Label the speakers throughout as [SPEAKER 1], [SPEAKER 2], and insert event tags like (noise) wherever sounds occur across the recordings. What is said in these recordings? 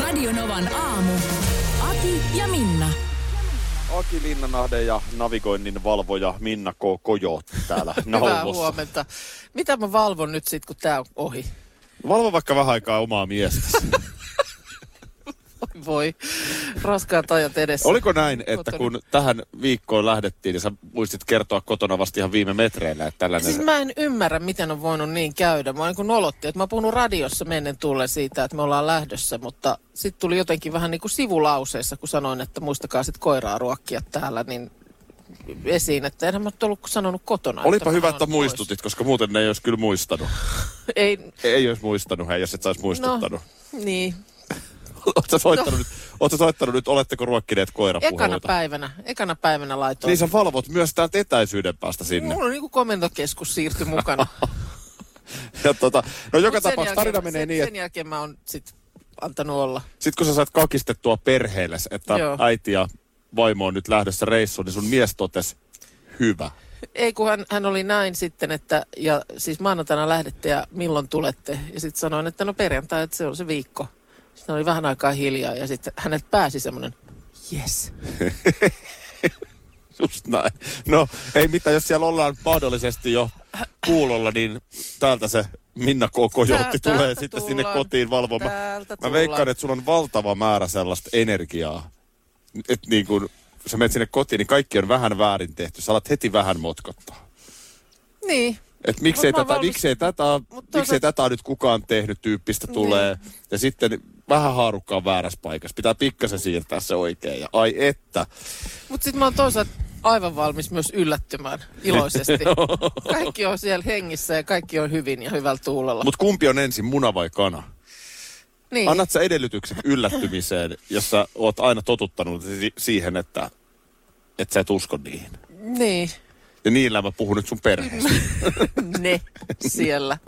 [SPEAKER 1] Radionovan aamu. Aki ja Minna.
[SPEAKER 2] Aki Linnanahde ja navigoinnin valvoja Minna K. Kojo täällä
[SPEAKER 3] (laughs) Hyvää
[SPEAKER 2] nauhossa.
[SPEAKER 3] huomenta. Mitä mä valvon nyt sit, kun tää on ohi?
[SPEAKER 2] Valvo vaikka vähän aikaa omaa
[SPEAKER 3] (laughs)
[SPEAKER 2] miestä.
[SPEAKER 3] Voi voi. Raskaat ajat edessä.
[SPEAKER 2] Oliko näin, että
[SPEAKER 3] Kotona.
[SPEAKER 2] kun tähän viikkoon lähdettiin, niin sä muistit kertoa kotona vasta ihan viime metreillä, että tällainen...
[SPEAKER 3] Siis mä en ymmärrä, miten on voinut niin käydä. Mä niin kuin nolotti, että mä oon puhunut radiossa mennen tulle siitä, että me ollaan lähdössä, mutta sitten tuli jotenkin vähän niin kuin sivulauseessa, kun sanoin, että muistakaa sit koiraa ruokkia täällä, niin esiin, että enhän mä nyt ollut sanonut kotona.
[SPEAKER 2] Olipa
[SPEAKER 3] mä
[SPEAKER 2] hyvä,
[SPEAKER 3] oon
[SPEAKER 2] että
[SPEAKER 3] pois.
[SPEAKER 2] muistutit, koska muuten ne ei olisi kyllä muistanut.
[SPEAKER 3] Ei,
[SPEAKER 2] Ei olisi muistanut, hei, jos et saisi
[SPEAKER 3] no,
[SPEAKER 2] muistuttanut. (laughs)
[SPEAKER 3] niin.
[SPEAKER 2] No. Oletko soittanut, nyt, ootko soittanut nyt, oletteko ruokkineet
[SPEAKER 3] Ekana
[SPEAKER 2] koirapuheluita?
[SPEAKER 3] päivänä, ekana päivänä laitoin.
[SPEAKER 2] Niin sä valvot myös täältä etäisyyden päästä sinne.
[SPEAKER 3] Mulla on niin kuin komentokeskus siirtyi
[SPEAKER 2] (laughs)
[SPEAKER 3] mukana.
[SPEAKER 2] Ja tota, no joka
[SPEAKER 3] Mut sen
[SPEAKER 2] tapauksessa tarina menee
[SPEAKER 3] sen,
[SPEAKER 2] niin, että
[SPEAKER 3] Sen jälkeen mä oon sit antanut olla.
[SPEAKER 2] Sitten kun sä saat kakistettua perheelle, että Joo.
[SPEAKER 3] Joo.
[SPEAKER 2] äiti ja vaimo on nyt lähdössä reissuun, niin sun mies totesi, hyvä.
[SPEAKER 3] Ei kun hän, hän oli näin sitten, että ja siis maanantaina lähdette ja milloin tulette. Ja sitten sanoin, että no perjantai, että se on se viikko. Sitten oli vähän aikaa hiljaa ja sitten hänet pääsi semmoinen, yes.
[SPEAKER 2] Just näin. No, ei mitään, jos siellä ollaan mahdollisesti jo kuulolla, niin täältä se Minna K. Kojotti
[SPEAKER 3] Täältä
[SPEAKER 2] tulee sitten sinne
[SPEAKER 3] tullaan.
[SPEAKER 2] kotiin valvomaan.
[SPEAKER 3] Täältä
[SPEAKER 2] Mä
[SPEAKER 3] tullaan.
[SPEAKER 2] veikkaan, että sulla on valtava määrä sellaista energiaa. Että niin kun sä menet sinne kotiin, niin kaikki on vähän väärin tehty. Sä alat heti vähän motkottaa.
[SPEAKER 3] Niin,
[SPEAKER 2] Et miksei,
[SPEAKER 3] Mut mä oon
[SPEAKER 2] tätä,
[SPEAKER 3] valmis-
[SPEAKER 2] miksei, tätä,
[SPEAKER 3] toisaalta-
[SPEAKER 2] miksei tätä on nyt kukaan tehnyt tyyppistä tulee. Ja sitten vähän haarukka on väärässä paikassa. Pitää pikkasen siirtää se oikein. Ja ai että.
[SPEAKER 3] mutta sitten mä oon toisaalta aivan valmis myös yllättymään
[SPEAKER 2] (laughs)
[SPEAKER 3] iloisesti.
[SPEAKER 2] No.
[SPEAKER 3] kaikki on siellä hengissä ja kaikki on hyvin ja hyvällä tuulella.
[SPEAKER 2] Mutta kumpi on ensin, muna vai kana?
[SPEAKER 3] niin.
[SPEAKER 2] Annat sä edellytykset yllättymiseen, jos sä oot aina totuttanut si- siihen, että, että sä et usko niihin.
[SPEAKER 3] niin,
[SPEAKER 2] Ja niillä mä puhun nyt sun perheestä.
[SPEAKER 3] ne siellä.
[SPEAKER 2] (laughs)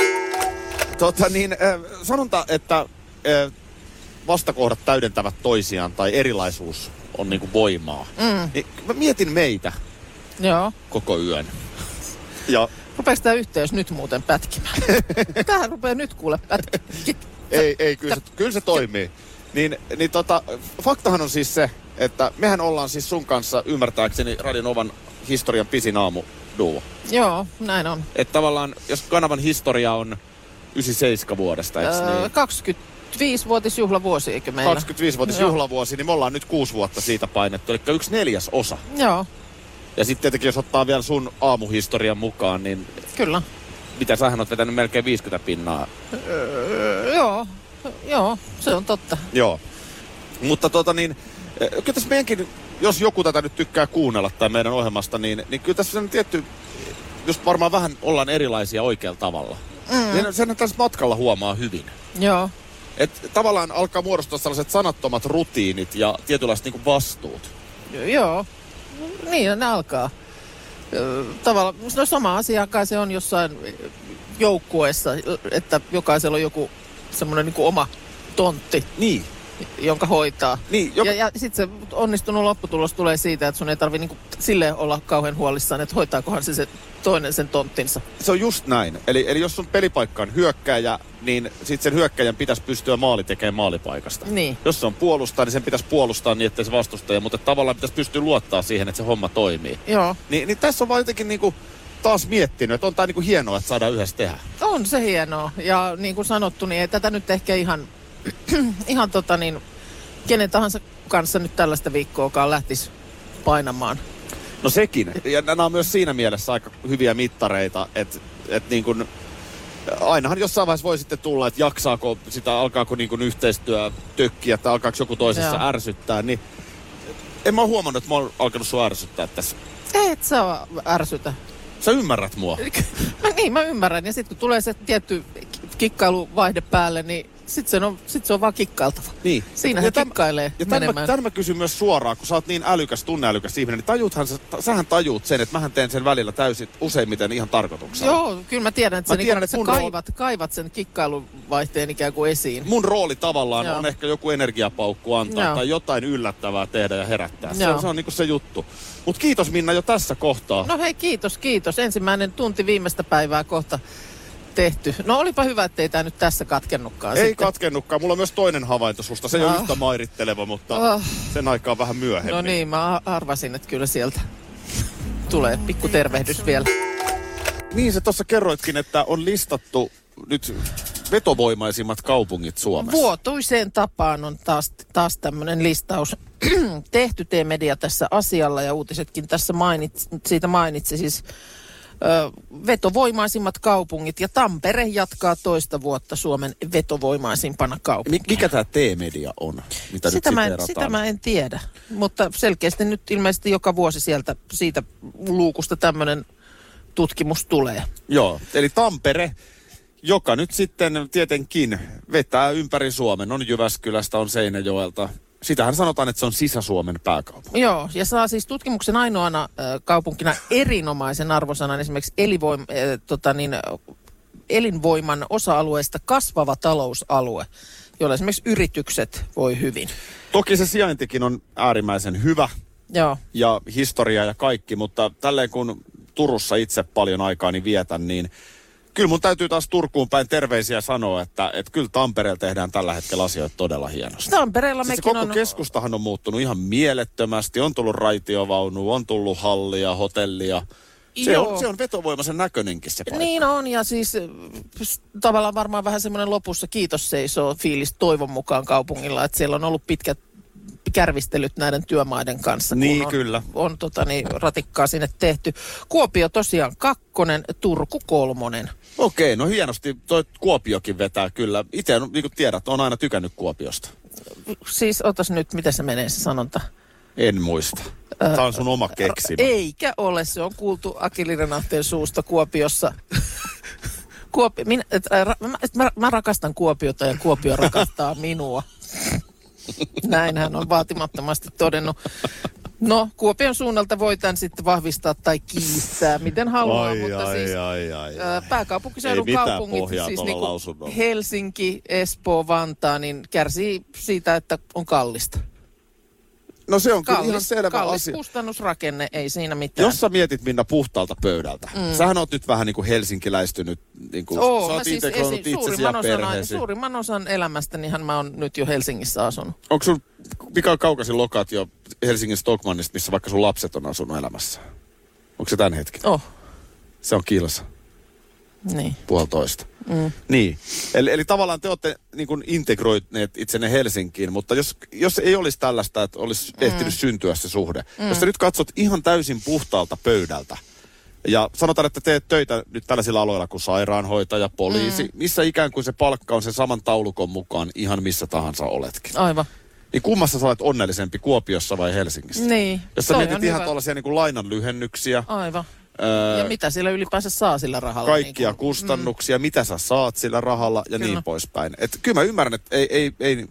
[SPEAKER 2] Tota niin, äh, sanonta, että äh, vastakohdat täydentävät toisiaan tai erilaisuus on niinku voimaa. Mm. Niin, mä mietin meitä
[SPEAKER 3] Joo.
[SPEAKER 2] koko yön. Ja
[SPEAKER 3] Rupeeko tämä yhteys nyt muuten pätkimään? Tähän rupeaa nyt kuule pätkimään.
[SPEAKER 2] ei, ei kyllä, se, kyllä se toimii. Niin, niin tota, faktahan on siis se, että mehän ollaan siis sun kanssa ymmärtääkseni Radionovan historian pisin aamu duo.
[SPEAKER 3] Joo, näin on.
[SPEAKER 2] Että tavallaan, jos kanavan historia on 97 vuodesta, eikö
[SPEAKER 3] Öö,
[SPEAKER 2] niin?
[SPEAKER 3] 25-vuotisjuhlavuosi, eikö meillä?
[SPEAKER 2] 25-vuotis
[SPEAKER 3] Joo.
[SPEAKER 2] juhlavuosi, niin me ollaan nyt kuusi vuotta siitä painettu, eli yksi neljäs osa.
[SPEAKER 3] Joo,
[SPEAKER 2] Ja sitten tietenkin, jos ottaa vielä sun aamuhistorian mukaan, niin
[SPEAKER 3] kyllä.
[SPEAKER 2] mitä sähän oot vetänyt melkein 50 pinnaa.
[SPEAKER 3] Öö, joo, joo, se on totta.
[SPEAKER 2] Joo. Mutta tota niin, eh, kyllä tässä meidänkin, jos joku tätä nyt tykkää kuunnella tai meidän ohjelmasta, niin, niin kyllä tässä on tietty, just varmaan vähän ollaan erilaisia oikealla tavalla. Mm. Niin sen tässä matkalla huomaa hyvin.
[SPEAKER 3] Joo,
[SPEAKER 2] Et tavallaan alkaa muodostua sellaiset sanattomat rutiinit ja tietynlaiset niinku vastuut.
[SPEAKER 3] jo- joo. No, Niin ne alkaa. Öö, Tavallaan, no sama asia kai se on jossain joukkueessa, että jokaisella on joku semmoinen niin oma tontti,
[SPEAKER 2] Niin.
[SPEAKER 3] jonka hoitaa.
[SPEAKER 2] Niin,
[SPEAKER 3] Ja, ja sitten se onnistunut lopputulos tulee siitä, että sun ei tarvi niinku silleen olla kauhean huolissaan, että hoitaakohan se, se toinen sen tonttinsa.
[SPEAKER 2] Se on just näin. Eli, eli jos sun pelipaikka on hyökkäjä, niin sit sen hyökkäjän pitäisi pystyä maali tekemään maalipaikasta.
[SPEAKER 3] Niin.
[SPEAKER 2] Jos se on puolustaa, niin sen pitäisi puolustaa niin, ettei se vastustaja, mutta tavallaan pitäisi pystyä luottaa siihen, että se homma toimii.
[SPEAKER 3] Joo,
[SPEAKER 2] Ni, niin tässä on vaan jotenkin niinku taas miettinyt, että on tää niinku hienoa, että saadaan yhdessä tehdä.
[SPEAKER 3] on se hienoa. Ja niin kuin sanottu, niin ei tätä nyt ehkä ihan, (clears throat) ihan tota niin, kenen tahansa kanssa nyt tällaista viikkoakaan lähtisi painamaan.
[SPEAKER 2] No sekin. Ja nämä on myös siinä mielessä aika hyviä mittareita, että et niin kuin ainahan jossain vaiheessa voi sitten tulla, että jaksaako sitä, alkaako niin kuin yhteistyö tökkiä, että alkaako joku toisessa Joo.
[SPEAKER 3] Joo.
[SPEAKER 2] ärsyttää, niin en mä oo huomannut, että mä oon alkanut sua ärsyttää tässä.
[SPEAKER 3] Et saa ärsytä. (laughs)
[SPEAKER 2] Sä ymmärrät mua.
[SPEAKER 3] Mä, niin, mä ymmärrän. Ja sitten kun tulee se tietty ki- kikkailuvaihe päälle, niin sit, sen on, sit se on vaan kikkailtava.
[SPEAKER 2] Niin.
[SPEAKER 3] Siinä he
[SPEAKER 2] ja täm-
[SPEAKER 3] kikkailee
[SPEAKER 2] Ja tämän, mä,
[SPEAKER 3] menemään.
[SPEAKER 2] tämän mä kysyn myös suoraan, kun sä oot niin älykäs, tunneälykäs ihminen, niin tajuthan, sä- ta- sähän tajut sen, että mähän teen sen välillä täysin useimmiten ihan tarkoituksella.
[SPEAKER 3] Joo, kyllä mä tiedän, että,
[SPEAKER 2] Mä
[SPEAKER 3] mä
[SPEAKER 2] tiedän,
[SPEAKER 3] tiedän,
[SPEAKER 2] että
[SPEAKER 3] että sä
[SPEAKER 2] mun rooli-
[SPEAKER 3] kaivat, kaivat sen kikkailuvaihteen ikään kuin esiin.
[SPEAKER 2] Mun rooli tavallaan Joo.
[SPEAKER 3] Joo.
[SPEAKER 2] on ehkä joku energiapaukku antaa Joo.
[SPEAKER 3] Joo.
[SPEAKER 2] tai jotain yllättävää tehdä ja herättää. Se
[SPEAKER 3] Joo.
[SPEAKER 2] on, se on niinku se juttu. Mut kiitos Minna jo tässä kohtaa.
[SPEAKER 3] No hei, kiitos, kiitos. Ensimmäinen tunti viimeistä päivää kohta tehty. No olipa hyvä, ettei tämä nyt tässä katkennutkaan
[SPEAKER 2] Ei
[SPEAKER 3] sitten.
[SPEAKER 2] katkennutkaan. Mulla on myös toinen havainto susta. Se ei ole
[SPEAKER 3] Ah.
[SPEAKER 2] yhtä mairitteleva, mutta
[SPEAKER 3] Ah.
[SPEAKER 2] sen aikaa vähän myöhemmin.
[SPEAKER 3] No niin, mä a- arvasin, että kyllä sieltä tulee pikku tervehdys vielä.
[SPEAKER 2] Niin sä tuossa kerroitkin, että on listattu nyt vetovoimaisimmat kaupungit Suomessa.
[SPEAKER 3] Vuotuiseen tapaan on taas, taas tämmöinen listaus (clears throat) tehty. T-media tässä asialla ja uutisetkin tässä mainitsi, siitä mainitsi siis ö, vetovoimaisimmat kaupungit. Ja Tampere jatkaa toista vuotta Suomen vetovoimaisimpana kaupunkina.
[SPEAKER 2] Mi- Mikä tämä T-media on, mitä
[SPEAKER 3] Sitä
[SPEAKER 2] nyt
[SPEAKER 3] mä, en,
[SPEAKER 2] siteerataan?
[SPEAKER 3] sitä mä en tiedä, mutta selkeästi nyt ilmeisesti joka vuosi sieltä siitä luukusta tämmöinen tutkimus tulee.
[SPEAKER 2] Joo, eli Tampere, joka nyt sitten tietenkin vetää ympäri Suomen. On Jyväskylästä, on Seinäjoelta. Sitähän sanotaan, että se on sisä-Suomen pääkaupunki.
[SPEAKER 3] Joo, ja saa siis tutkimuksen ainoana ö, kaupunkina erinomaisen arvosanan esimerkiksi elivoim, ö, tota niin, ö, elinvoiman osa-alueesta kasvava talousalue, jolla esimerkiksi yritykset voi hyvin.
[SPEAKER 2] Toki se sijaintikin on äärimmäisen hyvä
[SPEAKER 3] Joo,
[SPEAKER 2] ja historia ja kaikki, mutta tälleen kun Turussa itse paljon aikaa niin vietän, niin kyllä mun täytyy taas Turkuun päin terveisiä sanoa, että, että kyllä Tampereella tehdään tällä hetkellä asioita todella hienosti.
[SPEAKER 3] Tampereella
[SPEAKER 2] Siis se
[SPEAKER 3] mekin
[SPEAKER 2] koko
[SPEAKER 3] on...
[SPEAKER 2] keskustahan on muuttunut ihan mielettömästi. On tullut raitiovaunu, on tullut hallia, hotellia. Se
[SPEAKER 3] Joo.
[SPEAKER 2] on, se on vetovoimaisen näköinenkin se paikka.
[SPEAKER 3] Niin on, ja siis äh, s- tavallaan varmaan vähän semmoinen lopussa kiitos seisoo fiilis toivon mukaan kaupungilla, että siellä on ollut pitkät kärvistelyt näiden työmaiden kanssa. kun
[SPEAKER 2] Niin,
[SPEAKER 3] on,
[SPEAKER 2] kyllä.
[SPEAKER 3] On tota, niin, ratikkaa sinne tehty. Kuopio tosiaan kakkonen, Turku kolmonen.
[SPEAKER 2] Okei, no hienosti. Toi Kuopiokin vetää kyllä. Itse, on, niin kuin tiedät, on aina tykännyt Kuopiosta.
[SPEAKER 3] Siis otas nyt, miten se menee se sanonta?
[SPEAKER 2] En muista. Tämä on sun oma keksimä.
[SPEAKER 3] Eikä ole, se on kuultu Akilirenahteen suusta
[SPEAKER 2] (laughs)
[SPEAKER 3] Kuopiossa. Kuopi, minä, et, ä, ra, mä, et, mä, mä rakastan Kuopiota ja
[SPEAKER 2] (laughs)
[SPEAKER 3] Kuopio rakastaa minua. Näin hän on vaatimattomasti todennut. No, Kuopion suunnalta voi tämän sitten vahvistaa tai kiistää, miten haluaa, mutta siis
[SPEAKER 2] ai, ai,
[SPEAKER 3] Ö, Pääkaupunkiseudun
[SPEAKER 2] Ei mitään
[SPEAKER 3] kaupungit,
[SPEAKER 2] pohjaa
[SPEAKER 3] siis
[SPEAKER 2] tuolla
[SPEAKER 3] niinku
[SPEAKER 2] lausunnolla.
[SPEAKER 3] Helsinki, Espoo, Vantaa, niin kärsii siitä, että on kallista.
[SPEAKER 2] No se on kyllä ihan
[SPEAKER 3] Kallis,
[SPEAKER 2] selvä
[SPEAKER 3] kallis
[SPEAKER 2] asia.
[SPEAKER 3] kustannusrakenne, ei siinä mitään.
[SPEAKER 2] Jos sä mietit Minna puhtaalta pöydältä, mm. sähän oot nyt vähän niin kuin helsinkiläistynyt, niin kuin,
[SPEAKER 3] Oo,
[SPEAKER 2] sä
[SPEAKER 3] mä
[SPEAKER 2] oot
[SPEAKER 3] siis
[SPEAKER 2] integroinut
[SPEAKER 3] esi-
[SPEAKER 2] itsesi ja
[SPEAKER 3] suurimman osan, ai-
[SPEAKER 2] perheesi.
[SPEAKER 3] suurimman osan elämästänihän mä oon nyt jo Helsingissä asunut.
[SPEAKER 2] Onko sun, mikä on kaukaisin lokaatio Helsingin Stockmannista, missä vaikka sun lapset on asunut elämässä? Onko se tämän hetken?
[SPEAKER 3] Oh,
[SPEAKER 2] Se on kilsa,
[SPEAKER 3] niin.
[SPEAKER 2] puolitoista. Mm. Niin. Eli, eli tavallaan te olette niin kuin integroineet itsenne Helsinkiin, mutta jos, jos ei olisi tällaista, että olisi mm. ehtinyt syntyä se suhde. Mm. Jos sä nyt katsot ihan täysin puhtaalta pöydältä, ja sanotaan, että teet töitä nyt tällaisilla aloilla kuin sairaanhoitaja, poliisi, mm. missä ikään kuin se palkka on sen saman taulukon mukaan ihan missä tahansa oletkin.
[SPEAKER 3] Aivan.
[SPEAKER 2] Niin kummassa sä olet onnellisempi, Kuopiossa vai Helsingissä?
[SPEAKER 3] Niin,
[SPEAKER 2] Jos sä
[SPEAKER 3] toi
[SPEAKER 2] mietit
[SPEAKER 3] on
[SPEAKER 2] ihan
[SPEAKER 3] hyvä.
[SPEAKER 2] tuollaisia niin lainanlyhennyksiä,
[SPEAKER 3] Aivan.
[SPEAKER 2] öö,
[SPEAKER 3] Ja mitä sillä ylipäänsä saa sillä rahalla?
[SPEAKER 2] kaikkia
[SPEAKER 3] niin kuin-
[SPEAKER 2] kustannuksia, mitä sä saat sillä rahalla ja
[SPEAKER 3] Kyllä.
[SPEAKER 2] niin poispäin. Et kyllä mä ymmärrän, että ei, ei, ei,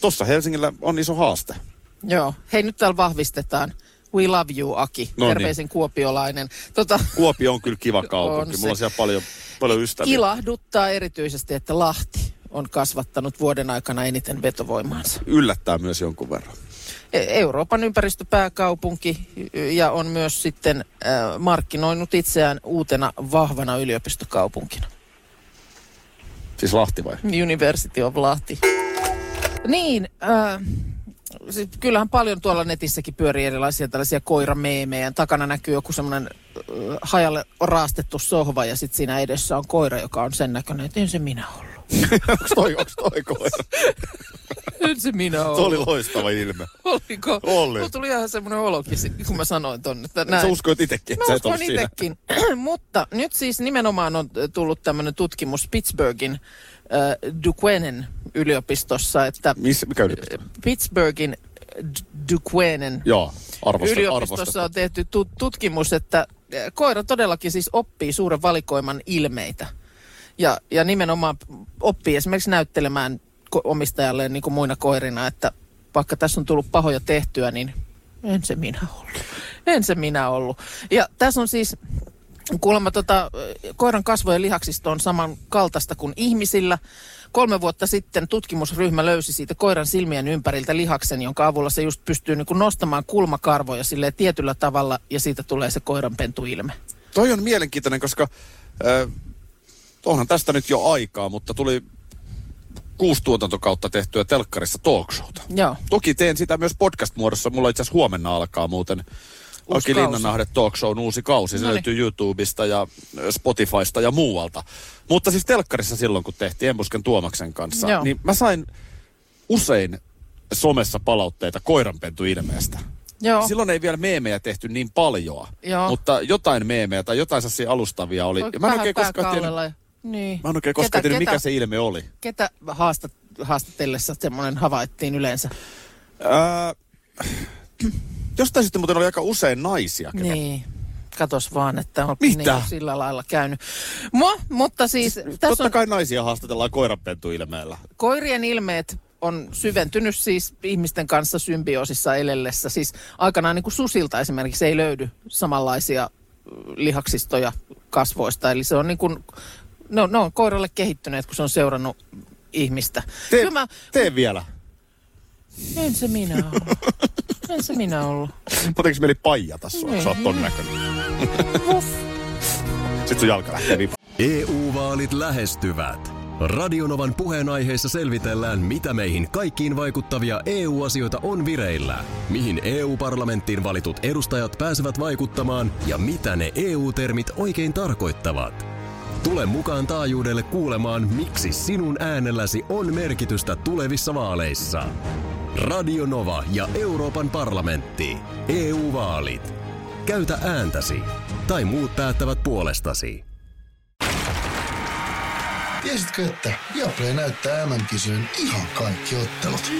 [SPEAKER 2] tossa Helsingillä on iso haaste.
[SPEAKER 3] Joo. Hei, nyt täällä vahvistetaan. We love you, Aki.
[SPEAKER 2] No niin.
[SPEAKER 3] Terveisin kuopiolainen. Tota,
[SPEAKER 2] Kuopio on kyllä kiva kaupunki,
[SPEAKER 3] On
[SPEAKER 2] mulla on
[SPEAKER 3] se.
[SPEAKER 2] siellä paljon, paljon ystäviä.
[SPEAKER 3] ilahduttaa erityisesti, että Lahti on kasvattanut vuoden aikana eniten vetovoimaansa.
[SPEAKER 2] Yllättää myös jonkun verran.
[SPEAKER 3] E- Euroopan ympäristöpääkaupunki ja on myös sitten äh, markkinoinut itseään uutena vahvana yliopistokaupunkina.
[SPEAKER 2] Siis Lahti
[SPEAKER 3] (laughs)
[SPEAKER 2] vai?
[SPEAKER 3] University of Lahti. Niin, äh, sit kyllähän paljon tuolla netissäkin pyörii erilaisia tällaisia koirameemejä. Takana näkyy joku semmoinen äh, hajalle raastettu sohva ja sitten siinä edessä on koira, joka on sen näköinen, että en se minä ollut.
[SPEAKER 2] onks toi, onks toi koira?
[SPEAKER 3] En se minä ollut. (laughs)
[SPEAKER 2] Se oli loistava ilme.
[SPEAKER 3] Oliko?
[SPEAKER 2] Oli.
[SPEAKER 3] Mulla tuli ihan semmoinen olokin, si- kun mä sanoin tonne. Että
[SPEAKER 2] Näin. Sä
[SPEAKER 3] näin.
[SPEAKER 2] uskoit itekin, että
[SPEAKER 3] Mä
[SPEAKER 2] sä et ollut
[SPEAKER 3] uskon
[SPEAKER 2] siinä.
[SPEAKER 3] itsekin, (clears throat) mutta nyt siis nimenomaan on ö, tullut tämmöinen tutkimus Pittsburghin äh, Duquesnen yliopistossa, että
[SPEAKER 2] Miss, mikä yliopisto?
[SPEAKER 3] Pittsburghin äh, D- Duquesnen
[SPEAKER 2] Joo, arvostettu.
[SPEAKER 3] yliopistossa on tehty tu- tutkimus, että ö, koira todellakin siis oppii suuren valikoiman ilmeitä. Ja, ja nimenomaan oppii esimerkiksi näyttelemään ko- omistajalleen niin kuin muina koirina, että vaikka tässä on tullut pahoja tehtyä, niin en se minä ollut. En se minä ollut. Ja tässä on siis kuulemma tota, koiran kasvojen lihaksisto on samankaltaista kuin ihmisillä. Kolme vuotta sitten tutkimusryhmä löysi siitä koiran silmien ympäriltä lihaksen, jonka avulla se just pystyy niin kuin nostamaan kulmakarvoja sille tietyllä tavalla ja siitä tulee se koiran pentuilme.
[SPEAKER 2] Toi on mielenkiintoinen, koska äh, onhan tästä nyt jo aikaa, mutta tuli kuusi tuotantokautta tehtyä telkkarissa talkshowta.
[SPEAKER 3] Joo.
[SPEAKER 2] Toki teen sitä myös podcast-muodossa. Mulla itse asiassa huomenna alkaa muuten Aki
[SPEAKER 3] kausi.
[SPEAKER 2] Linnanahde Talkshown uusi kausi. Se
[SPEAKER 3] Noniin.
[SPEAKER 2] löytyy YouTubesta ja ö, Spotifysta ja muualta. Mutta siis telkkarissa silloin, kun tehtiin Embusken Tuomaksen kanssa,
[SPEAKER 3] Joo.
[SPEAKER 2] niin mä sain usein somessa palautteita koiranpentu ilmeestä.
[SPEAKER 3] Joo.
[SPEAKER 2] Silloin ei vielä meemejä tehty niin paljoa,
[SPEAKER 3] Joo.
[SPEAKER 2] mutta jotain meemejä tai jotain sellaisia alustavia oli. Ja mä en
[SPEAKER 3] Vähän
[SPEAKER 2] oikein koskaan tiennyt,
[SPEAKER 3] pääkallella ja- Niin.
[SPEAKER 2] mä en oikein koskaan tiennyt mikä se ilme oli.
[SPEAKER 3] Ketä haastat, haastatellessa semmoinen havaittiin yleensä?
[SPEAKER 2] Ää,
[SPEAKER 3] Äh,
[SPEAKER 2] jostain sitten muuten oli aika usein naisia. ketä-
[SPEAKER 3] Niin. Katos vaan, että on
[SPEAKER 2] Mitä?
[SPEAKER 3] Niin kuin sillä lailla käynyt. Mo, mutta siis, siis tässä
[SPEAKER 2] Totta
[SPEAKER 3] on
[SPEAKER 2] kai naisia haastatellaan koiranpentuilmeellä.
[SPEAKER 3] koirien ilmeet on syventynyt siis ihmisten kanssa symbioosissa elellessä. Siis aikanaan niin kuin susilta esimerkiksi ei löydy samanlaisia ö, lihaksistoja kasvoista. Eli se on niin kuin, ne on, ne on koiralle kehittyneet, kun se on seurannut ihmistä.
[SPEAKER 2] Tee,
[SPEAKER 3] Kyllä mä,
[SPEAKER 2] tee vielä.
[SPEAKER 3] en se minä ollut. En se minä ollut.
[SPEAKER 2] Muutenko meli paijata sua, kun
[SPEAKER 3] Niin.
[SPEAKER 2] sä oot ton näköinen? Sitten sun jalka lähtee niin- vipaan.
[SPEAKER 4] EU-vaalit E lähestyvät. Radionovan puheenaiheessa selvitellään, mitä meihin kaikkiin vaikuttavia EU-asioita on vireillä, mihin EU-parlamenttiin valitut edustajat pääsevät vaikuttamaan ja mitä ne EU-termit oikein tarkoittavat. Tule mukaan taajuudelle kuulemaan, miksi sinun äänelläsi on merkitystä tulevissa vaaleissa. Radio Nova ja Euroopan parlamentti. EU-vaalit. Käytä ääntäsi. Tai muut päättävät puolestasi.
[SPEAKER 5] Tiesitkö, että Viaplay näyttää MM-kisojen ihan kaikki ottelut?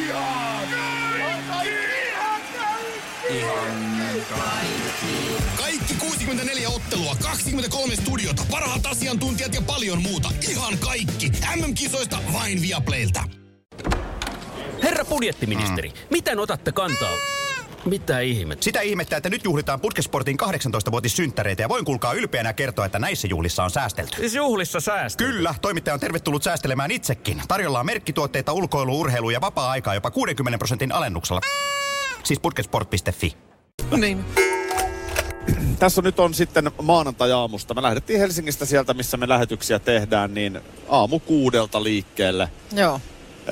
[SPEAKER 6] Kaikki 64 ottelua, 23 studiota, parhaat asiantuntijat ja paljon muuta. Ihan kaikki. MM-kisoista vain Viaplaylta.
[SPEAKER 7] Herra budjettiministeri, mm. miten otatte kantaa? Mitä ihmettä?
[SPEAKER 8] Sitä ihmettä, että nyt juhlitaan Putkesportin 18-vuotissynttäreitä ja voin kuulkaa ylpeänä kertoa, että näissä juhlissa on säästelty.
[SPEAKER 7] Siis juhlissa säästö.
[SPEAKER 8] Kyllä, toimittaja on tervetullut säästelemään itsekin. Tarjolla on merkkituotteita, ulkoilu, urheilu ja vapaa-aikaa jopa 60 prosentin alennuksella. Siis putkesport.fi.
[SPEAKER 3] Niin.
[SPEAKER 2] Tässä nyt on sitten maanantai-aamusta. Me lähdettiin Helsingistä sieltä, missä me lähetyksiä tehdään, niin aamu kuudelta liikkeelle.
[SPEAKER 3] Joo.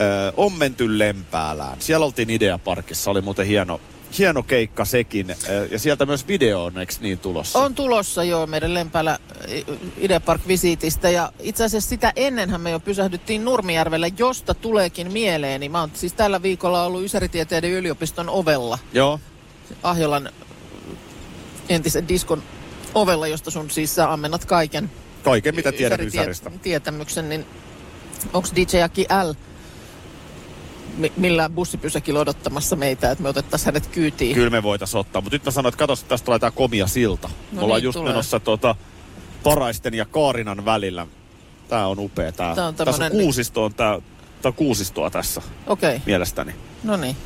[SPEAKER 2] Öö, on menty Lempäälään. Siellä oltiin Ideaparkissa, oli muuten hieno, hieno keikka sekin. Öö, ja sieltä myös video on, eikö niin tulossa?
[SPEAKER 3] On tulossa jo meidän eh, lempäällä Ideapark-visiitistä ja itse asiassa sitä ennenhän me jo pysähdyttiin Nurmijärvelle, josta tuleekin mieleeni. Mä oon siis tällä viikolla ollut Ysäritieteiden yliopiston ovella,
[SPEAKER 2] Joo.
[SPEAKER 3] Ahjolan entisen diskon ovella, josta sun siis sä ammennat kaiken
[SPEAKER 2] Kaiken mitä tiedät
[SPEAKER 3] Ysäritie-
[SPEAKER 2] Ysäristä.
[SPEAKER 3] tietämyksen, niin onko DJ Aki L mi- millään bussipysäkillä odottamassa meitä, että me otettaisiin hänet kyytiin?
[SPEAKER 2] Kyllä me voitais ottaa, mutta nyt mä sanoin, että katos, että tästä tulee tää komia silta. No me ollaan
[SPEAKER 3] niin
[SPEAKER 2] just
[SPEAKER 3] tulee.
[SPEAKER 2] menossa tuota, Paraisten ja Kaarinan välillä. Tää on upea tää.
[SPEAKER 3] Tää on
[SPEAKER 2] tässä on
[SPEAKER 3] tommonen-
[SPEAKER 2] kuusisto on tää, tää on kuusistoa tässä
[SPEAKER 3] Okei, okay.
[SPEAKER 2] mielestäni.
[SPEAKER 3] no niin.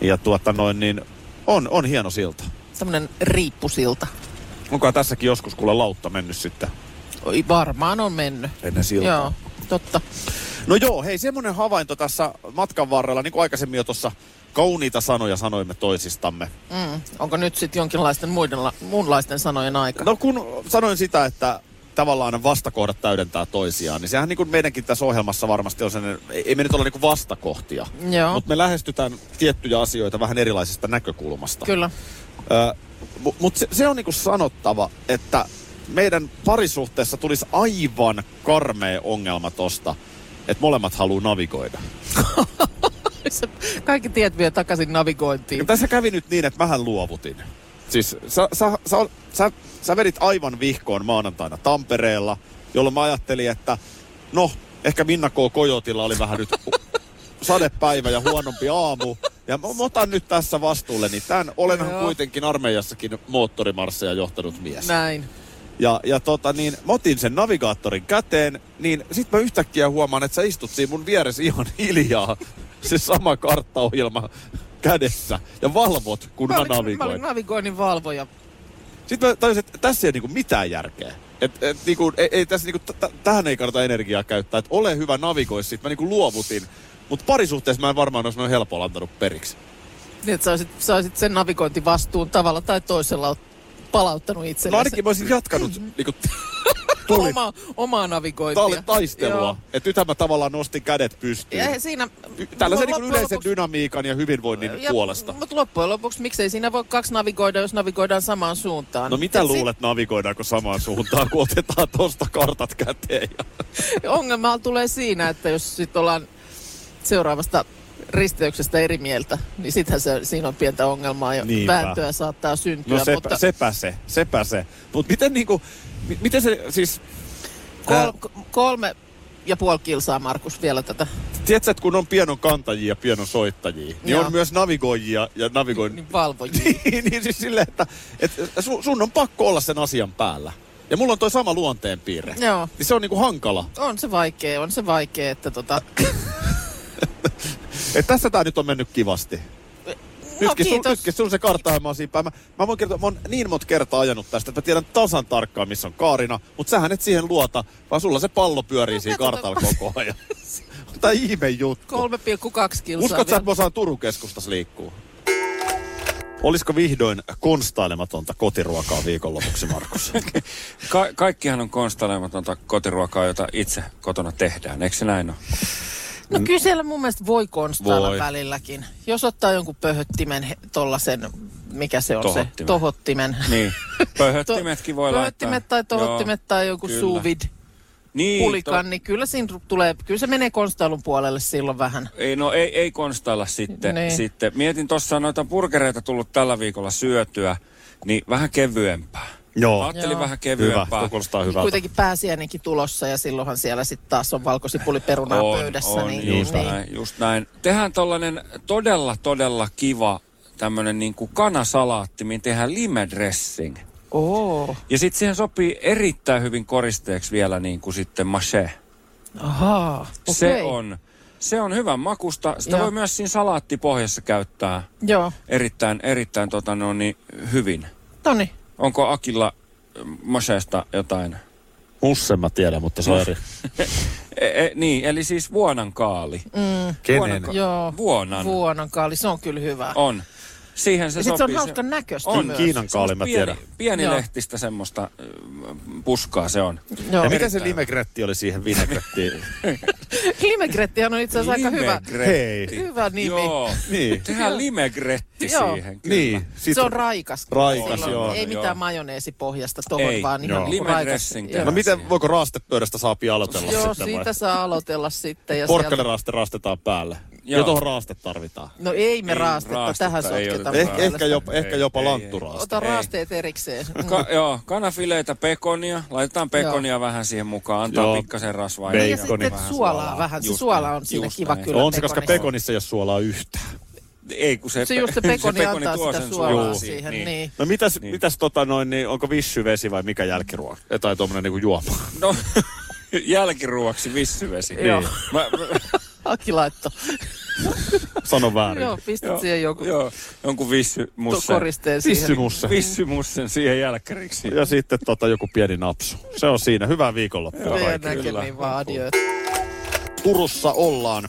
[SPEAKER 2] Ja tuota noin niin, on, on hieno silta.
[SPEAKER 3] Tämmönen riippusilta.
[SPEAKER 2] Onko tässäkin joskus kuule lautta mennyt sitten
[SPEAKER 3] Oi, varmaan on mennyt.
[SPEAKER 2] ennen siltaa?
[SPEAKER 3] Joo, totta.
[SPEAKER 2] No joo, hei semmoinen havainto tässä matkan varrella, niin kuin aikaisemmin jo tuossa kauniita sanoja sanoimme toisistamme.
[SPEAKER 3] Mm. Onko nyt sitten jonkinlaisten muiden, muunlaisten sanojen aika?
[SPEAKER 2] No kun sanoin sitä, että tavallaan vastakohdat täydentää toisiaan, niin sehän niin kuin meidänkin tässä ohjelmassa varmasti on sen, ei me nyt olla niin kuin vastakohtia,
[SPEAKER 3] Joo.
[SPEAKER 2] mutta me lähestytään tiettyjä asioita vähän erilaisesta näkökulmasta.
[SPEAKER 3] Kyllä.
[SPEAKER 2] Ö, mu- mut se, se on niinku sanottava, että meidän parisuhteessa tulisi aivan karmea ongelma tosta, että molemmat haluaa navigoida.
[SPEAKER 3] Se- Kaikki tiet vie takaisin
[SPEAKER 2] Ja
[SPEAKER 3] navigointiin.
[SPEAKER 2] tässä kävi nyt niin, että mähän luovutin. Siis sä, sä, sä, ol- sä, sä vedit aivan vihkoon maanantaina Tampereella, jolloin mä ajattelin, että no, ehkä Minna K. Kojotilla oli vähän nyt sadepäivä ja huonompi aamu. Ja mä mä otan nyt tässä vastuulleni. Tän olenhan
[SPEAKER 3] Joo.
[SPEAKER 2] kuitenkin armeijassakin moottorimarsseja johtanut mies.
[SPEAKER 3] Näin.
[SPEAKER 2] Ja, ja tota niin, mä otin sen navigaattorin käteen, niin sit mä yhtäkkiä huomaan, että sä istut siinä mun vieressä ihan (laughs) hiljaa. Se sama karttaohjelma kädessä ja valvot, kun mä,
[SPEAKER 3] olin- mä
[SPEAKER 2] navigoin.
[SPEAKER 3] olin navigoinnin valvoja.
[SPEAKER 2] Sitten mä tajusin, että tässä ei ole niinku mitään järkeä. Et, et, niinku, ei, ei, tässä niinku, t- t- tähän ei kannata energiaa käyttää. Et ole hyvä, navigoi sit. Mä niinku luovutin. Mutta parisuhteessa mä en varmaan olisi noin helpolla antanut periksi.
[SPEAKER 3] Niin, että sä olisit, sä olisit sen navigointivastuun tavalla tai toisella ot- palauttanut itsellesi.
[SPEAKER 2] No ainakin mä olisin jatkanut niinku, (laughs) tuli-
[SPEAKER 3] Mm-hmm. Oma, omaa navigointia.
[SPEAKER 2] tää oli taistelua. Että nythän mä tavallaan nostin kädet pystyyn.
[SPEAKER 3] Ja eihän siinä...
[SPEAKER 2] Y- Tällaisen niinku
[SPEAKER 3] loppujen
[SPEAKER 2] yleisen dynamiikan ja hyvinvoinnin puolesta.
[SPEAKER 3] Mutta loppujen lopuksi miksei siinä voi kaksi navigoida, jos navigoidaan samaan suuntaan.
[SPEAKER 2] No mitä
[SPEAKER 3] Et sit-
[SPEAKER 2] luulet, navigoidaanko samaan suuntaan, kun otetaan tosta kartat käteen? Ja...
[SPEAKER 3] Ongelma tulee siinä, että jos sit ollaan seuraavasta risteyksestä eri mieltä, niin sittenhän se, siinä on pientä ongelmaa ja
[SPEAKER 2] Niinpä.
[SPEAKER 3] vääntöä saattaa syntyä.
[SPEAKER 2] No sepä,
[SPEAKER 3] mutta
[SPEAKER 2] sepä se, sepä se. Mutta miten niinku, mi- miten se siis,
[SPEAKER 3] kol, kolme ja puoli kilsaa, Markus, vielä tätä.
[SPEAKER 2] tiedätkö, että kun on pienon kantajia ja pienon soittajia, niin
[SPEAKER 3] Joo.
[SPEAKER 2] on myös navigoijia ja navigoin...
[SPEAKER 3] Niin valvojia.
[SPEAKER 2] (laughs) Niin, niin siis silleen, että et sun, sun on pakko olla sen asian päällä. Ja mulla on toi sama luonteenpiirre.
[SPEAKER 3] Joo.
[SPEAKER 2] Niin se on niinku hankala.
[SPEAKER 3] On se vaikea, on se vaikea, että tota...
[SPEAKER 2] Et tässä tää nyt on mennyt kivasti.
[SPEAKER 3] No
[SPEAKER 2] Nytkin, sun,
[SPEAKER 3] kiitos.
[SPEAKER 2] nytkin sun se karttailma on siinä päin. Mä, mä voin kertoa, mä oon niin monta kertaa ajanut tästä, että mä tiedän tasan tarkkaan, missä on kaarina, mutta sähän et siihen luota, vaan sulla se pallo pyörii no, siinä
[SPEAKER 3] katsotaan.
[SPEAKER 2] kartalla koko ajan. (laughs) Tää ihme juttu.
[SPEAKER 3] 3,2 kilsaa
[SPEAKER 2] Uskot sä,
[SPEAKER 3] vielä.
[SPEAKER 2] että mä osaan Turun keskustassa liikkuu? Olisiko vihdoin konstailematonta kotiruokaa viikonlopuksi,
[SPEAKER 3] (laughs)
[SPEAKER 2] Markus?
[SPEAKER 9] Ka- kaikkihan on konstaleematonta kotiruokaa, jota itse kotona tehdään, eikö se näin ole?
[SPEAKER 3] No kyllä siellä mun mielestä voi konstailla
[SPEAKER 9] Voi.
[SPEAKER 3] välilläkin. Jos ottaa jonkun pöhöttimen tollasen, mikä se on se,
[SPEAKER 9] Tohottimen.
[SPEAKER 3] tohottimen. (laughs)
[SPEAKER 9] Niin, pöhöttimetkin voi
[SPEAKER 3] Pöhöttimet
[SPEAKER 9] laittaa.
[SPEAKER 3] tai tohottimet
[SPEAKER 9] Joo,
[SPEAKER 3] tai joku
[SPEAKER 9] kyllä.
[SPEAKER 3] suuvid,
[SPEAKER 9] niin,
[SPEAKER 3] pulikan, niin kyllä siinä ru- tulee, kyllä se menee konstailun puolelle silloin vähän.
[SPEAKER 9] Ei, no ei, ei konstailla sitten.
[SPEAKER 3] Niin.
[SPEAKER 9] Niin. sitten. Mietin tuossa noita burgereita tullut tällä viikolla syötyä, niin vähän kevyempää. Mä
[SPEAKER 2] Joo.
[SPEAKER 9] ajattelin
[SPEAKER 3] Joo.
[SPEAKER 9] vähän
[SPEAKER 2] Hyvä,
[SPEAKER 9] kevyempää.
[SPEAKER 2] tuo kuulostaa hyvältä.
[SPEAKER 3] Niin Kuitenkin pääsiäinenkin tulossa ja silloinhan siellä sitten taas on valkosipuliperunaa pöydässä.
[SPEAKER 9] On,
[SPEAKER 3] niin,
[SPEAKER 9] just,
[SPEAKER 3] niin,
[SPEAKER 9] näin, just näin. Tehdään tällainen todella, todella kiva tämmöinen niin kuin kanasalaatti, mihin tehdään limedressing.
[SPEAKER 3] Oo,
[SPEAKER 9] Ja sitten siihen sopii erittäin hyvin koristeeksi vielä niin kuin sitten mache.
[SPEAKER 3] ahaa, okei.
[SPEAKER 9] Se on, se on hyvän makusta. Sitä
[SPEAKER 3] Joo.
[SPEAKER 9] voi myös siinä salaattipohjassa käyttää
[SPEAKER 3] Joo,
[SPEAKER 9] erittäin, erittäin tota, no, niin, hyvin.
[SPEAKER 3] Toni.
[SPEAKER 9] Onko Akilla mm, macheesta jotain?
[SPEAKER 2] Mussen mä tiedän, mutta se on eri.
[SPEAKER 9] E, e, niin, eli siis vuonan kaali. Vuonan, ka-
[SPEAKER 3] Mm. Joo.
[SPEAKER 9] Vuonan.
[SPEAKER 3] Vuonan kaali, se on kyllä hyvä.
[SPEAKER 9] on. Siihen se
[SPEAKER 3] Ja
[SPEAKER 9] sopii.
[SPEAKER 3] sit se on hauskan näköistä
[SPEAKER 9] on.
[SPEAKER 3] myös.
[SPEAKER 2] Kiinan kaali mä tiedän.
[SPEAKER 9] Pieni, pieni
[SPEAKER 3] Joo.
[SPEAKER 9] lehtistä semmoista mm, puskaa se on.
[SPEAKER 3] Joo. (laughs)
[SPEAKER 2] Ja miten se limegretti oli siihen vinegrettiin?
[SPEAKER 3] Limegrettihan on itse asiassa aika hyvä,
[SPEAKER 9] Limegretti.
[SPEAKER 3] hyvä nimi.
[SPEAKER 9] Joo.
[SPEAKER 2] Niin.
[SPEAKER 9] Tehdään limegretti
[SPEAKER 3] Joo.
[SPEAKER 9] siihen. Kyllä.
[SPEAKER 2] niin. Sit...
[SPEAKER 3] Se on raikas.
[SPEAKER 2] Raikas,
[SPEAKER 3] Silloin
[SPEAKER 2] joo.
[SPEAKER 3] Ei
[SPEAKER 9] Joo.
[SPEAKER 3] mitään majoneesipohjasta tohon,
[SPEAKER 9] Ei,
[SPEAKER 3] vaan ihan
[SPEAKER 9] joo. No
[SPEAKER 3] niinku
[SPEAKER 9] Lime
[SPEAKER 3] raikas.
[SPEAKER 9] dressing
[SPEAKER 3] Joo.
[SPEAKER 2] No
[SPEAKER 9] tehdään.
[SPEAKER 2] miten, voiko raastepöydästä saapi aloitella
[SPEAKER 3] Joo,
[SPEAKER 2] sitten
[SPEAKER 3] siitä
[SPEAKER 2] vai?
[SPEAKER 3] saa aloitella sitten. Ja
[SPEAKER 2] Porkkele
[SPEAKER 3] sieltä-
[SPEAKER 2] raaste raastetaan päälle. Joo.
[SPEAKER 9] Joo.
[SPEAKER 2] Ja tuohon raaste tarvitaan.
[SPEAKER 3] No ei me
[SPEAKER 9] Ei,
[SPEAKER 3] raastetta,
[SPEAKER 9] raastetta
[SPEAKER 3] tähän
[SPEAKER 9] ei
[SPEAKER 3] sotketa.
[SPEAKER 9] oteta.
[SPEAKER 3] mun
[SPEAKER 2] Eh,
[SPEAKER 9] Päälle.
[SPEAKER 2] ehkä
[SPEAKER 3] mielestä.
[SPEAKER 2] jopa, ehkä
[SPEAKER 9] Ei,
[SPEAKER 2] jopa
[SPEAKER 9] ei,
[SPEAKER 2] lanturaaste.
[SPEAKER 3] Ota
[SPEAKER 9] Ei.
[SPEAKER 3] raasteet
[SPEAKER 9] (laughs)
[SPEAKER 3] erikseen. Mm.
[SPEAKER 9] Ka- joo, kanafileitä, pekonia. Laitetaan pekonia vähän siihen mukaan. Antaa
[SPEAKER 2] Joo.
[SPEAKER 9] pikkasen rasvaa. niin
[SPEAKER 2] Bacon.
[SPEAKER 3] Ja sitten
[SPEAKER 9] vähän
[SPEAKER 3] suolaa vähän. Se
[SPEAKER 9] Just
[SPEAKER 3] suola
[SPEAKER 9] näin,
[SPEAKER 3] on siinä
[SPEAKER 9] just
[SPEAKER 3] kiva
[SPEAKER 9] näin.
[SPEAKER 3] kyllä
[SPEAKER 2] No, On se, koska
[SPEAKER 3] pekonissa.
[SPEAKER 2] pekonissa ei ole suolaa yhtään.
[SPEAKER 9] Ei, kun (laughs) se,
[SPEAKER 3] Se just se pekoni antaa
[SPEAKER 9] tuo
[SPEAKER 3] sitä
[SPEAKER 9] sen
[SPEAKER 3] suolaa siihen. Niin.
[SPEAKER 2] No mitäs,
[SPEAKER 9] Niin.
[SPEAKER 2] mitäs tota noin, niin onko vissyvesi vai mikä jälkiruoka? Eh, Tai tuommoinen niinku juoma. (laughs)
[SPEAKER 9] No, (laughs) jälkiruoksi vissyvesi.
[SPEAKER 3] Joo.
[SPEAKER 2] Niin.
[SPEAKER 3] (laughs)
[SPEAKER 9] Mä, mä,
[SPEAKER 3] Aki laitto.
[SPEAKER 2] Sano väärin.
[SPEAKER 3] Joo, pistät siihen joku
[SPEAKER 9] Joo, jonkun
[SPEAKER 3] to-
[SPEAKER 9] vissymussen.
[SPEAKER 3] koristeen siihen.
[SPEAKER 2] Vissymusse.
[SPEAKER 9] Vissymussen siihen jälkäriksi.
[SPEAKER 2] Ja sitten tota joku pieni napsu. Se on siinä. Hyvää viikonloppua.
[SPEAKER 3] Joo,
[SPEAKER 9] Joo,
[SPEAKER 3] näkemiin
[SPEAKER 9] kyllä.
[SPEAKER 3] vaan adioita.
[SPEAKER 2] Turussa ollaan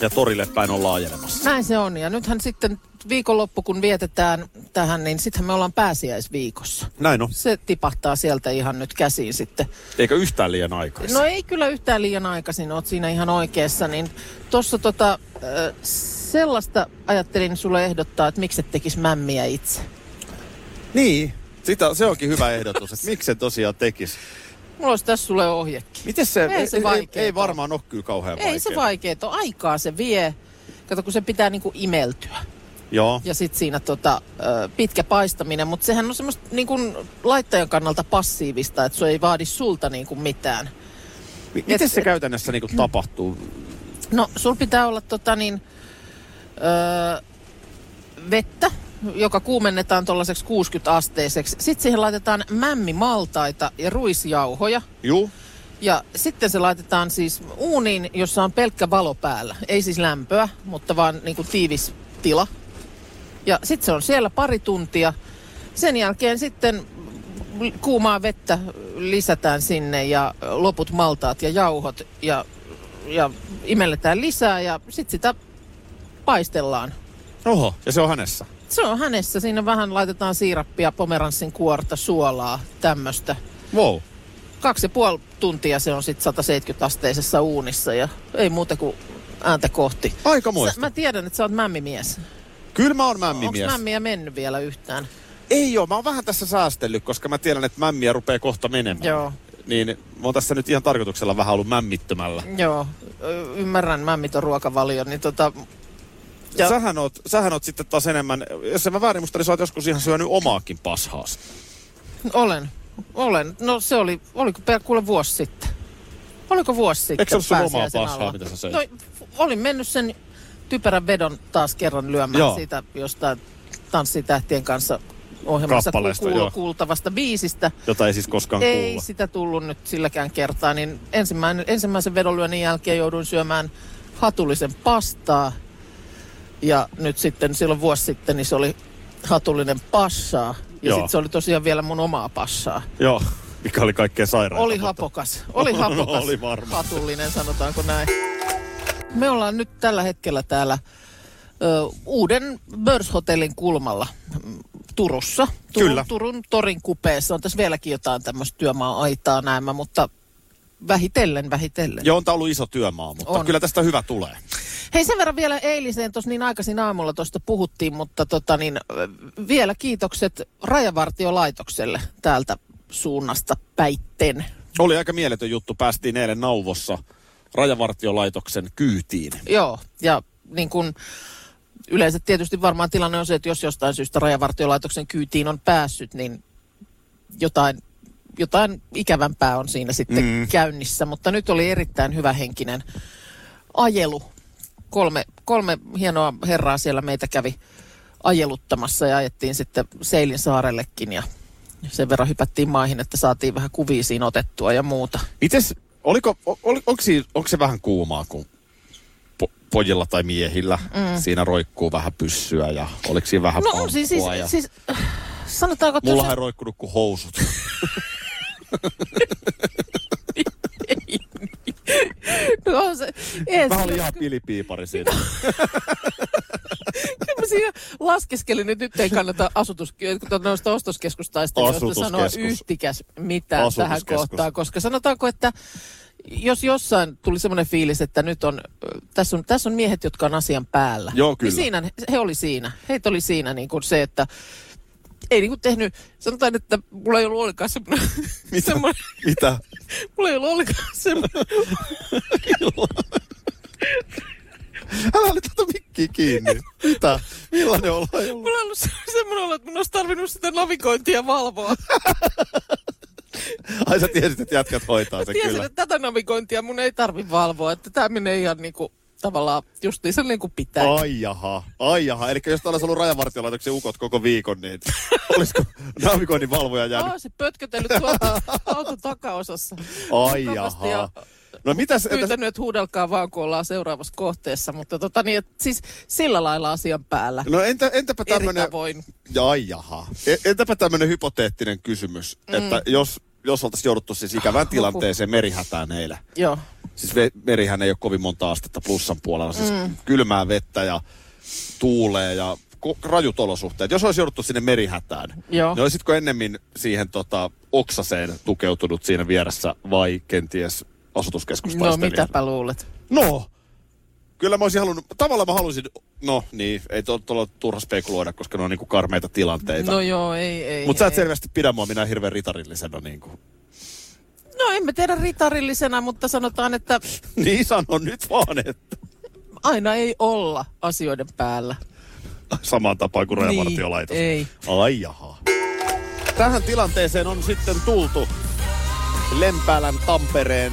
[SPEAKER 2] ja torille päin on laajenemassa.
[SPEAKER 3] Näin se on. Ja nythän sitten viikonloppu, kun vietetään tähän, niin sittenhän me ollaan pääsiäisviikossa.
[SPEAKER 2] Näin on.
[SPEAKER 3] Se tipahtaa sieltä ihan nyt käsiin sitten.
[SPEAKER 2] Eikö yhtään liian aikaisin?
[SPEAKER 3] No ei kyllä yhtään liian aikaisin, oot siinä ihan oikeassa. Niin tuossa tota, ö, sellaista ajattelin sulle ehdottaa, että miksi et tekisi mämmiä itse.
[SPEAKER 2] Niin. Sitä, se onkin hyvä ehdotus, että miksi se tosiaan tekisi.
[SPEAKER 3] Mulla olisi tässä sulle ohjekin.
[SPEAKER 2] Miten se,
[SPEAKER 3] Ei se
[SPEAKER 2] ei,
[SPEAKER 3] vaikeeta
[SPEAKER 2] ei varmaan ole kyllä kauhean
[SPEAKER 3] Ei se vaikeet ole. Aikaa se vie. Kato, kun se pitää niinku imeltyä.
[SPEAKER 2] Joo.
[SPEAKER 3] Ja sitten siinä tota, ö, pitkä paistaminen, mutta sehän on semmoista niin kun, laittajan kannalta passiivista, että se ei vaadi sulta niin kun, mitään.
[SPEAKER 2] M- Miten
[SPEAKER 3] et-
[SPEAKER 2] se käytännössä niinku tapahtuu?
[SPEAKER 3] No, sul pitää olla tota niin, öö, vettä joka kuumennetaan tuollaiseksi 60-asteiseksi. Sitten siihen laitetaan mämmimaltaita ja ruisjauhoja.
[SPEAKER 2] Juu.
[SPEAKER 3] Ja sitten se laitetaan siis uuniin, jossa on pelkkä valo päällä. Ei siis lämpöä, mutta vaan niin kuin tiivis tila. Ja sitten se on siellä pari tuntia. Sen jälkeen sitten kuumaa vettä lisätään sinne ja loput maltaat ja jauhot ja, ja imelletään lisää ja sitten sitä paistellaan.
[SPEAKER 2] Oho, ja se on hänessä.
[SPEAKER 3] Se on hänessä. Siinä vähän laitetaan siirappia, pomeranssin kuorta, suolaa, tämmöistä.
[SPEAKER 2] Wow.
[SPEAKER 3] Kaksi ja puoli tuntia se on sitten 170-asteisessa uunissa ja ei muuta kuin ääntä kohti.
[SPEAKER 2] Aika
[SPEAKER 3] Sä,
[SPEAKER 2] muista. Mä...
[SPEAKER 3] mä tiedän, että sä oot mämmimies.
[SPEAKER 2] Kyllä mä oon
[SPEAKER 3] Onko
[SPEAKER 2] mämmimies.
[SPEAKER 3] mämmiä mennyt vielä yhtään?
[SPEAKER 2] Ei oo, mä oon vähän tässä säästellyt, koska mä tiedän, että mämmiä rupeaa kohta menemään.
[SPEAKER 3] Joo.
[SPEAKER 2] Niin mä oon tässä nyt ihan tarkoituksella vähän ollut mämmittömällä.
[SPEAKER 3] Joo, ö, ymmärrän, mämmit on ruokavalio, niin tota...
[SPEAKER 2] Ja.
[SPEAKER 3] Ja-
[SPEAKER 2] Sähän, oot, sähän oot sitten taas enemmän, jos en mä väärin muista, niin sä oot joskus ihan syönyt omaakin pashaas.
[SPEAKER 3] Olen, olen. No se oli, oliko per- kuule vuosi sitten? Oliko vuosi sitten?
[SPEAKER 2] Eikö se ollut sun omaa
[SPEAKER 3] pääsiäisen
[SPEAKER 2] pashaa,
[SPEAKER 3] alla?
[SPEAKER 2] mitä sä söit?
[SPEAKER 3] No, olin mennyt sen typerän vedon taas kerran lyömään
[SPEAKER 2] Joo.
[SPEAKER 3] joo. siitä jostain tanssitähtien kanssa ohjelmassa
[SPEAKER 2] Kappaleesta, joo.
[SPEAKER 3] kuul- kuultavasta biisistä.
[SPEAKER 2] Jota ei siis koskaan
[SPEAKER 3] Ei
[SPEAKER 2] kuulla.
[SPEAKER 3] sitä tullut nyt silläkään kertaa, niin ensimmäinen, ensimmäisen vedonlyönnin jälkeen jouduin syömään hatullisen pastaa. Ja nyt sitten silloin vuosi sitten niin se oli hatullinen passaa. Ja
[SPEAKER 2] Joo.
[SPEAKER 3] sitten se oli tosiaan vielä mun omaa passaa.
[SPEAKER 2] Joo, mikä oli kaikkea sairaan.
[SPEAKER 3] Oli hapokas. Oli
[SPEAKER 2] No,
[SPEAKER 3] hapokas.
[SPEAKER 2] oli varmaan.
[SPEAKER 3] Hatullinen, sanotaanko näin. Me ollaan nyt tällä hetkellä täällä ö, uuden Börshotelin kulmalla mm, Turussa. Turun,
[SPEAKER 2] Kyllä.
[SPEAKER 3] Turun torin kupeessa on tässä vieläkin jotain tämmöistä työmaa-aitaa näemmä, mutta vähitellen, vähitellen.
[SPEAKER 2] Joo, on tää ollut iso työmaa, mutta on.
[SPEAKER 3] On.
[SPEAKER 2] kyllä tästä hyvä tulee.
[SPEAKER 3] Hei sen verran vielä eiliseen, tuossa niin aikaisin aamulla tuosta puhuttiin, mutta tota niin, ö, vielä kiitokset Rajavartiolaitokselle täältä suunnasta päitten.
[SPEAKER 2] Oli aika mieletön juttu, päästiin eilen nauvossa rajavartiolaitoksen kyytiin.
[SPEAKER 3] Joo, ja niin kuin yleensä tietysti varmaan tilanne on se, että jos jostain syystä rajavartiolaitoksen kyytiin on päässyt, niin jotain, jotain ikävämpää on siinä sitten mm. käynnissä. Mutta nyt oli erittäin hyvähenkinen ajelu. Kolme, kolme hienoa herraa siellä meitä kävi ajeluttamassa ja ajettiin sitten Seilin saarellekin ja sen verran hypättiin maihin, että saatiin vähän kuvia siinä otettua ja muuta.
[SPEAKER 2] Mites, oliko, o- oli, onko, onko se vähän kuumaa, kun po, pojilla tai miehillä mm. siinä roikkuu vähän pyssyä ja oliko siinä vähän
[SPEAKER 3] No
[SPEAKER 2] pankkua
[SPEAKER 3] on siis, siis,
[SPEAKER 2] ja...
[SPEAKER 3] siis äh, sanotaanko, että
[SPEAKER 2] Mulla
[SPEAKER 3] se-
[SPEAKER 2] ei roikkunut kuin
[SPEAKER 3] (laughs)
[SPEAKER 2] housut.
[SPEAKER 3] No on se, ei,
[SPEAKER 2] Mä
[SPEAKER 3] se-
[SPEAKER 2] olin ihan pilipiipari
[SPEAKER 3] (laughs)
[SPEAKER 2] siinä.
[SPEAKER 3] kyllä mä siinä laskeskelin, että nyt ei kannata asutus, kun noista ostoskeskustaistelijoista
[SPEAKER 2] Asutuskeskus.
[SPEAKER 3] sanoa yhtikäs mitään tähän
[SPEAKER 2] Asutuskeskus.
[SPEAKER 3] kohtaan, koska sanotaanko, että jos jossain tuli semmoinen fiilis, että nyt on, ö, tässä on, tässä on miehet, jotka on asian päällä.
[SPEAKER 2] Joo, kyllä.
[SPEAKER 3] Niin siinä, he oli siinä. Heitä oli siinä niin kuin se, että ei niin kuin tehnyt, sanotaan, että mulla ei ollut ollenkaan semmoinen, semmoinen
[SPEAKER 2] Mitä?
[SPEAKER 3] mulla ei ollut ollenkaan semmoinen
[SPEAKER 2] Älä nyt ota mikkiä kiinni. Mitä? Millainen olo ei ollut?
[SPEAKER 3] Mulla on ollut se- semmoinen olo, että mun olisi tarvinnut sitä navigointia valvoa.
[SPEAKER 2] Ai sä tiesit, että jätkät hoitaa sen
[SPEAKER 3] Tiesin,
[SPEAKER 2] kyllä.
[SPEAKER 3] että tätä navigointia mun ei tarvi valvoa, että tämä menee ihan niinku tavallaan just niin sen niinku pitää. Oh.
[SPEAKER 2] Ai jaha, ai jaha. Eli jos täällä olisi ollut rajavartiolaitoksen ukot koko viikon, niin (laughs) olisiko navigoinnin valvoja jäänyt?
[SPEAKER 3] Oh, se pötkötellyt tuolta (laughs) auton takaosassa.
[SPEAKER 2] Ai
[SPEAKER 3] Mukavasti
[SPEAKER 2] jaha.
[SPEAKER 3] ja
[SPEAKER 2] No mitäs, entäs,
[SPEAKER 3] Pyytänyt, että huudelkaa vaan, kun ollaan seuraavassa kohteessa, mutta tota niin, että siis sillä lailla asian päällä.
[SPEAKER 2] no entä, entäpä
[SPEAKER 3] Eri
[SPEAKER 2] tämmönen,
[SPEAKER 3] tavoin.
[SPEAKER 2] ai jaha. E- Entäpä tämmönen hypoteettinen kysymys, mm. että jos, jos oltaisiin jouduttu siis ikävään tilanteeseen merihätään heillä.
[SPEAKER 3] Joo.
[SPEAKER 2] Siis ve- merihän ei ole kovin monta astetta plussan puolella, siis mm. kylmää vettä ja tuulee ja ko- rajut olosuhteet. Jos olisi jouduttu sinne merihätään,
[SPEAKER 3] Joo.
[SPEAKER 2] niin olisitko ennemmin siihen tota, oksaseen tukeutunut siinä vieressä vai kenties
[SPEAKER 3] No
[SPEAKER 2] asutuskeskustaistelijan?
[SPEAKER 3] mitäpä luulet?
[SPEAKER 2] No, kyllä mä olisin halunnut, tavallaan mä halusin, no niin, ei to- tuolla turha spekuloida, koska ne on niinku karmeita tilanteita.
[SPEAKER 3] No joo, ei, ei.
[SPEAKER 2] Mutta sä et
[SPEAKER 3] ei.
[SPEAKER 2] selvästi pidä mua minä hirveän ritarillisena niinku. (laughs)
[SPEAKER 3] No en mä tiedä ritarillisena, mutta sanotaan, että
[SPEAKER 2] Niin sano nyt vaan, että
[SPEAKER 3] aina ei olla asioiden päällä.
[SPEAKER 2] samaan tapaan kuin rajavartiolaitos.
[SPEAKER 3] Niin, ei.
[SPEAKER 2] Ai jaha. Tähän tilanteeseen on sitten tultu Lempäälän Tampereen.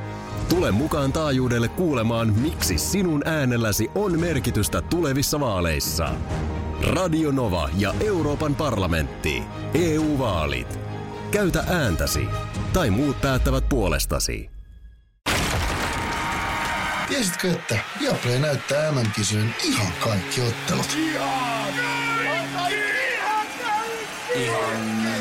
[SPEAKER 4] Tule mukaan taajuudelle kuulemaan, miksi sinun äänelläsi on merkitystä tulevissa vaaleissa. Radio Nova ja Euroopan parlamentti. EU-vaalit. Käytä ääntäsi. Tai muut päättävät puolestasi.
[SPEAKER 5] Tiesitkö, että Viaplay näyttää MM-kisojen ihan kaikki ottelut?